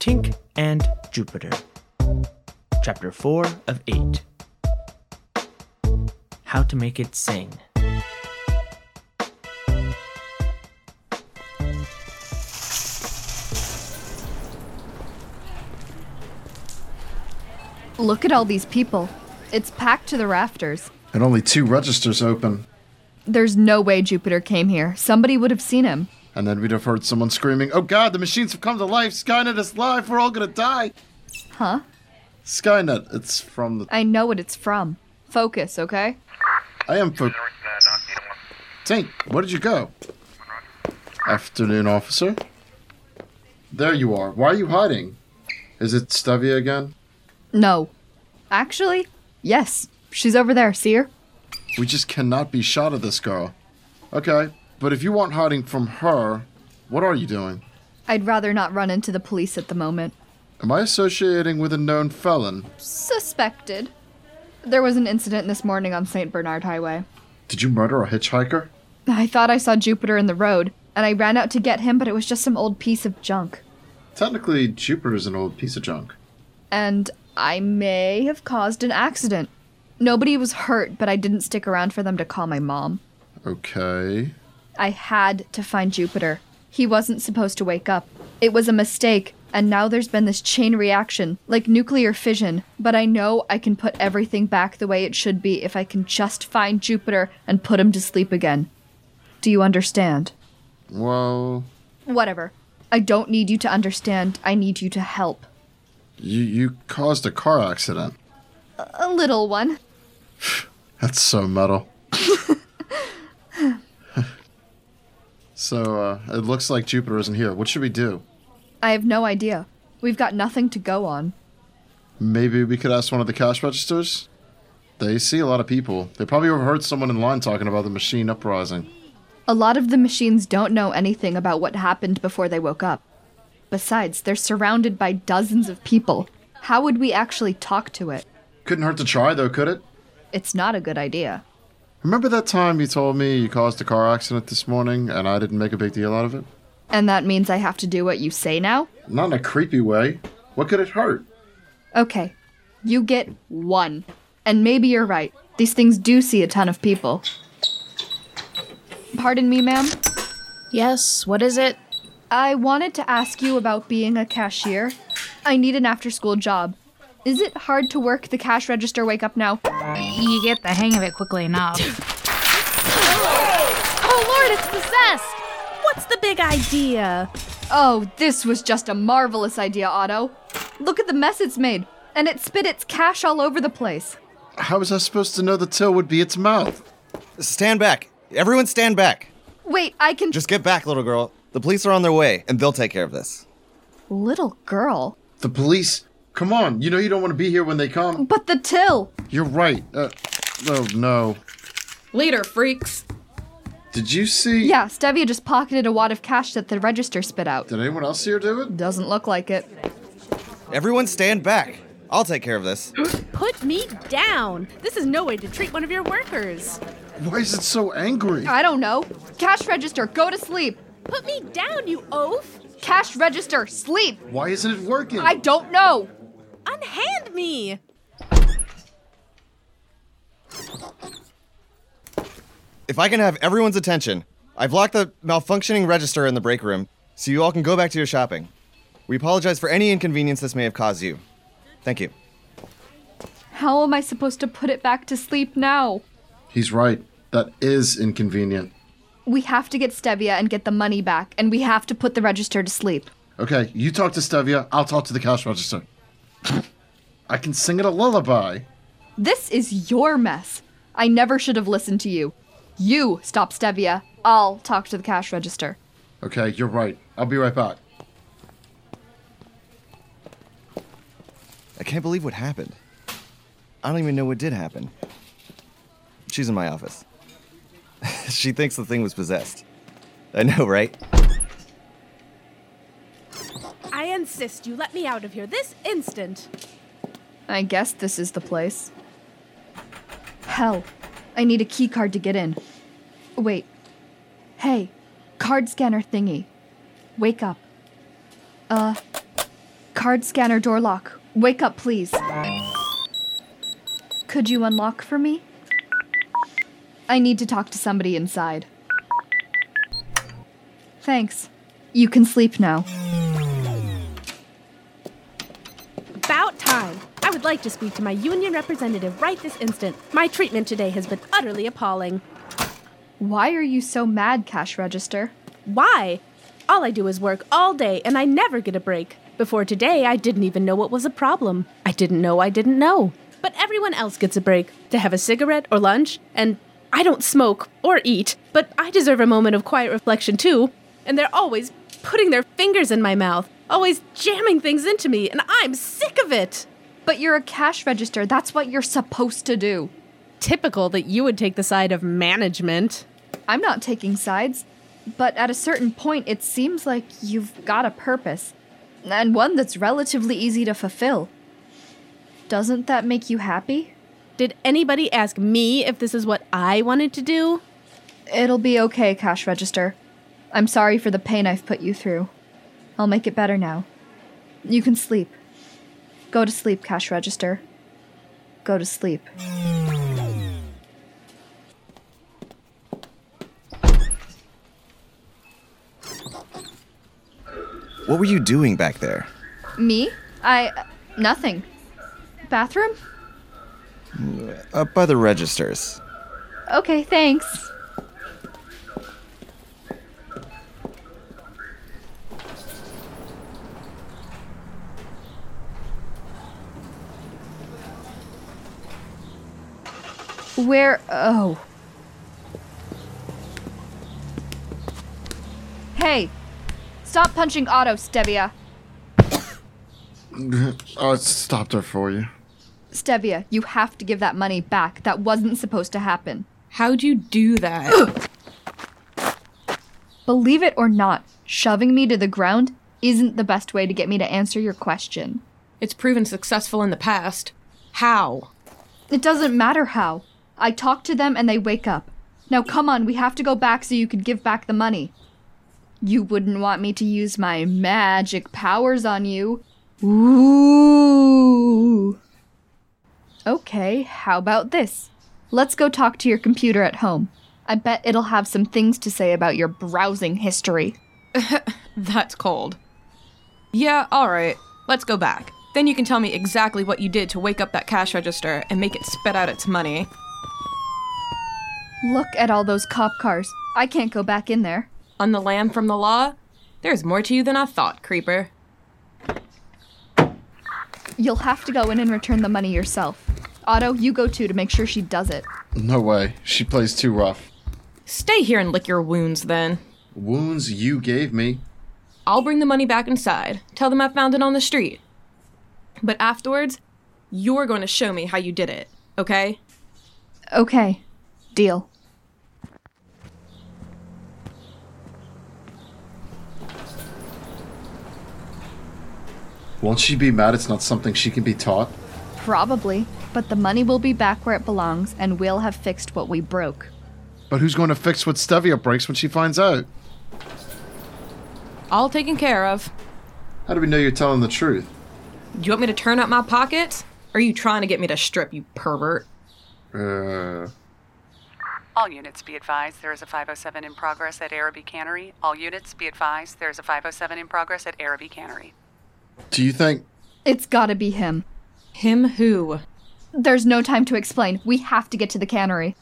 Tink and Jupiter. Chapter 4 of 8 How to Make It Sing. Look at all these people. It's packed to the rafters. And only two registers open. There's no way Jupiter came here. Somebody would have seen him. And then we'd have heard someone screaming, Oh god, the machines have come to life! Skynet is live! We're all gonna die! Huh? Skynet, it's from the. I know what it's from. Focus, okay? I am for. Tink, where did you go? Afternoon, officer. There you are. Why are you hiding? Is it Stevia again? No. Actually, yes. She's over there. See her? We just cannot be shot at this girl. Okay, but if you aren't hiding from her, what are you doing? I'd rather not run into the police at the moment. Am I associating with a known felon? Suspected. There was an incident this morning on St. Bernard Highway. Did you murder a hitchhiker? I thought I saw Jupiter in the road, and I ran out to get him, but it was just some old piece of junk. Technically, Jupiter's an old piece of junk. And I may have caused an accident. Nobody was hurt, but I didn't stick around for them to call my mom. Okay. I had to find Jupiter. He wasn't supposed to wake up. It was a mistake, and now there's been this chain reaction, like nuclear fission. But I know I can put everything back the way it should be if I can just find Jupiter and put him to sleep again. Do you understand? Well, Whatever. I don't need you to understand. I need you to help. you you caused a car accident. A little one. That's so metal. so uh, it looks like Jupiter isn't here. What should we do? I have no idea. We've got nothing to go on. Maybe we could ask one of the cash registers. They see a lot of people. They probably overheard someone in line talking about the machine uprising. A lot of the machines don't know anything about what happened before they woke up. Besides, they're surrounded by dozens of people. How would we actually talk to it? Couldn't hurt to try though, could it? It's not a good idea. Remember that time you told me you caused a car accident this morning and I didn't make a big deal out of it? And that means I have to do what you say now? Not in a creepy way. What could it hurt? Okay. You get one. And maybe you're right. These things do see a ton of people. Pardon me, ma'am. Yes, what is it? I wanted to ask you about being a cashier. I need an after school job. Is it hard to work the cash register wake up now? You get the hang of it quickly enough. Oh lord, it's possessed! What's the big idea? Oh, this was just a marvelous idea, Otto. Look at the mess it's made. And it spit its cash all over the place. How was I supposed to know the till would be its mouth? Stand back. Everyone stand back. Wait, I can. Just get back, little girl. The police are on their way, and they'll take care of this. Little girl. The police. Come on, you know you don't want to be here when they come. But the till! You're right. Uh, oh no. Later, freaks. Did you see? Yeah, Stevia just pocketed a wad of cash that the register spit out. Did anyone else here do it? Doesn't look like it. Everyone stand back. I'll take care of this. Put me down! This is no way to treat one of your workers! Why is it so angry? I don't know. Cash register, go to sleep! Put me down, you oaf! Cash register, sleep! Why isn't it working? I don't know! Unhand me! If I can have everyone's attention, I've locked the malfunctioning register in the break room, so you all can go back to your shopping. We apologize for any inconvenience this may have caused you. Thank you. How am I supposed to put it back to sleep now? He's right. That is inconvenient. We have to get Stevia and get the money back, and we have to put the register to sleep. Okay, you talk to Stevia. I'll talk to the cash register. I can sing it a lullaby. This is your mess. I never should have listened to you. You stop Stevia. I'll talk to the cash register. Okay, you're right. I'll be right back. I can't believe what happened. I don't even know what did happen. She's in my office. she thinks the thing was possessed. I know, right? I insist you let me out of here this instant! I guess this is the place. Hell, I need a key card to get in. Wait. Hey, card scanner thingy. Wake up. Uh, Card scanner door lock. Wake up, please. Could you unlock for me? I need to talk to somebody inside. Thanks. You can sleep now. About time. I would like to speak to my union representative right this instant. My treatment today has been utterly appalling. Why are you so mad, Cash Register? Why? All I do is work all day and I never get a break. Before today, I didn't even know what was a problem. I didn't know I didn't know. But everyone else gets a break to have a cigarette or lunch, and I don't smoke or eat, but I deserve a moment of quiet reflection too. And they're always putting their fingers in my mouth, always jamming things into me, and I'm sick of it. But you're a cash register. That's what you're supposed to do. Typical that you would take the side of management. I'm not taking sides, but at a certain point, it seems like you've got a purpose, and one that's relatively easy to fulfill. Doesn't that make you happy? Did anybody ask me if this is what I wanted to do? It'll be okay, Cash Register. I'm sorry for the pain I've put you through. I'll make it better now. You can sleep. Go to sleep, Cash Register. Go to sleep. What were you doing back there? Me? I. uh, nothing. Bathroom? Up by the registers. Okay, thanks. Where? Oh. Hey! Stop punching Otto, Stevia. I stopped her for you. Stevia, you have to give that money back. That wasn't supposed to happen. How'd you do that? Believe it or not, shoving me to the ground isn't the best way to get me to answer your question. it's proven successful in the past. How? It doesn't matter how. I talk to them and they wake up. Now come on, we have to go back so you can give back the money. You wouldn't want me to use my magic powers on you. Ooh. Okay, how about this? Let's go talk to your computer at home. I bet it'll have some things to say about your browsing history. That's cold. Yeah, alright. Let's go back. Then you can tell me exactly what you did to wake up that cash register and make it spit out its money. Look at all those cop cars. I can't go back in there. On the lamb from the law? There's more to you than I thought, creeper. You'll have to go in and return the money yourself. Otto, you go too to make sure she does it. No way. She plays too rough. Stay here and lick your wounds then. Wounds you gave me. I'll bring the money back inside. Tell them I found it on the street. But afterwards, you're going to show me how you did it, okay? Okay, deal. Won't she be mad it's not something she can be taught? Probably, but the money will be back where it belongs and we'll have fixed what we broke. But who's going to fix what Stevia breaks when she finds out? All taken care of. How do we know you're telling the truth? You want me to turn up my pockets? Are you trying to get me to strip, you pervert? Uh, All units be advised, there is a 507 in progress at Araby Cannery. All units be advised, there is a 507 in progress at Araby Cannery. do you think It's gotta be him. Him who? There's no time to explain. We have to get to the cannery.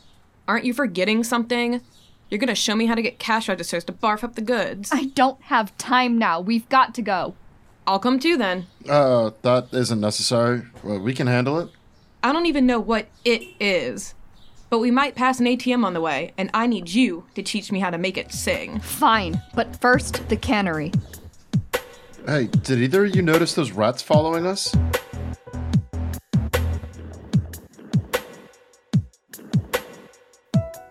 Aren't you forgetting something? You're gonna show me how to get cash registers to barf up the goods. I don't have time now. We've got to go. I'll come too then. uh, that isn't necessary? Well, we can handle it. I don't even know what it is. But we might pass an ATM on the way, and I need you to teach me how to make it sing. Fine, but first, the cannery. Hey, did either of you notice those rats following us?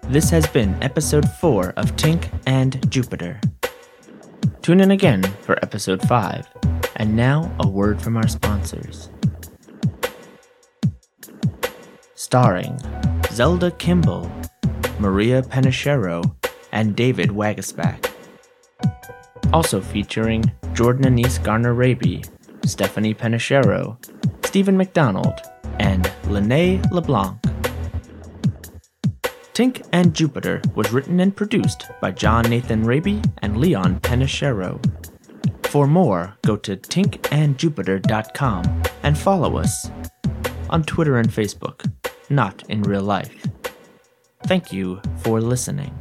This has been episode 4 of Tink and Jupiter. Tune in again for episode 5. And now, a word from our sponsors. Starring Zelda Kimball, Maria Panichero, and David Wagasback. Also featuring Jordan Anise Garner Raby, Stephanie Penichero, Stephen McDonald, and Lene LeBlanc. Tink and Jupiter was written and produced by John Nathan Raby and Leon Penichero. For more, go to tinkandjupiter.com and follow us on Twitter and Facebook, not in real life. Thank you for listening.